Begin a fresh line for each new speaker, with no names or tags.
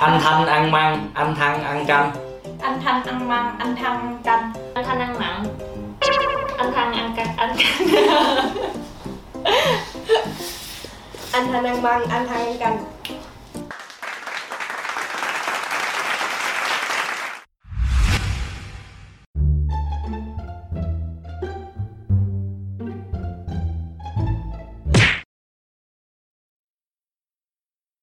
anh thanh ăn măng anh thăng ăn canh
anh thanh ăn măng anh thanh ăn canh
anh thanh ăn mặn anh thanh ăn canh anh canh
anh thanh ăn măng anh thanh ăn canh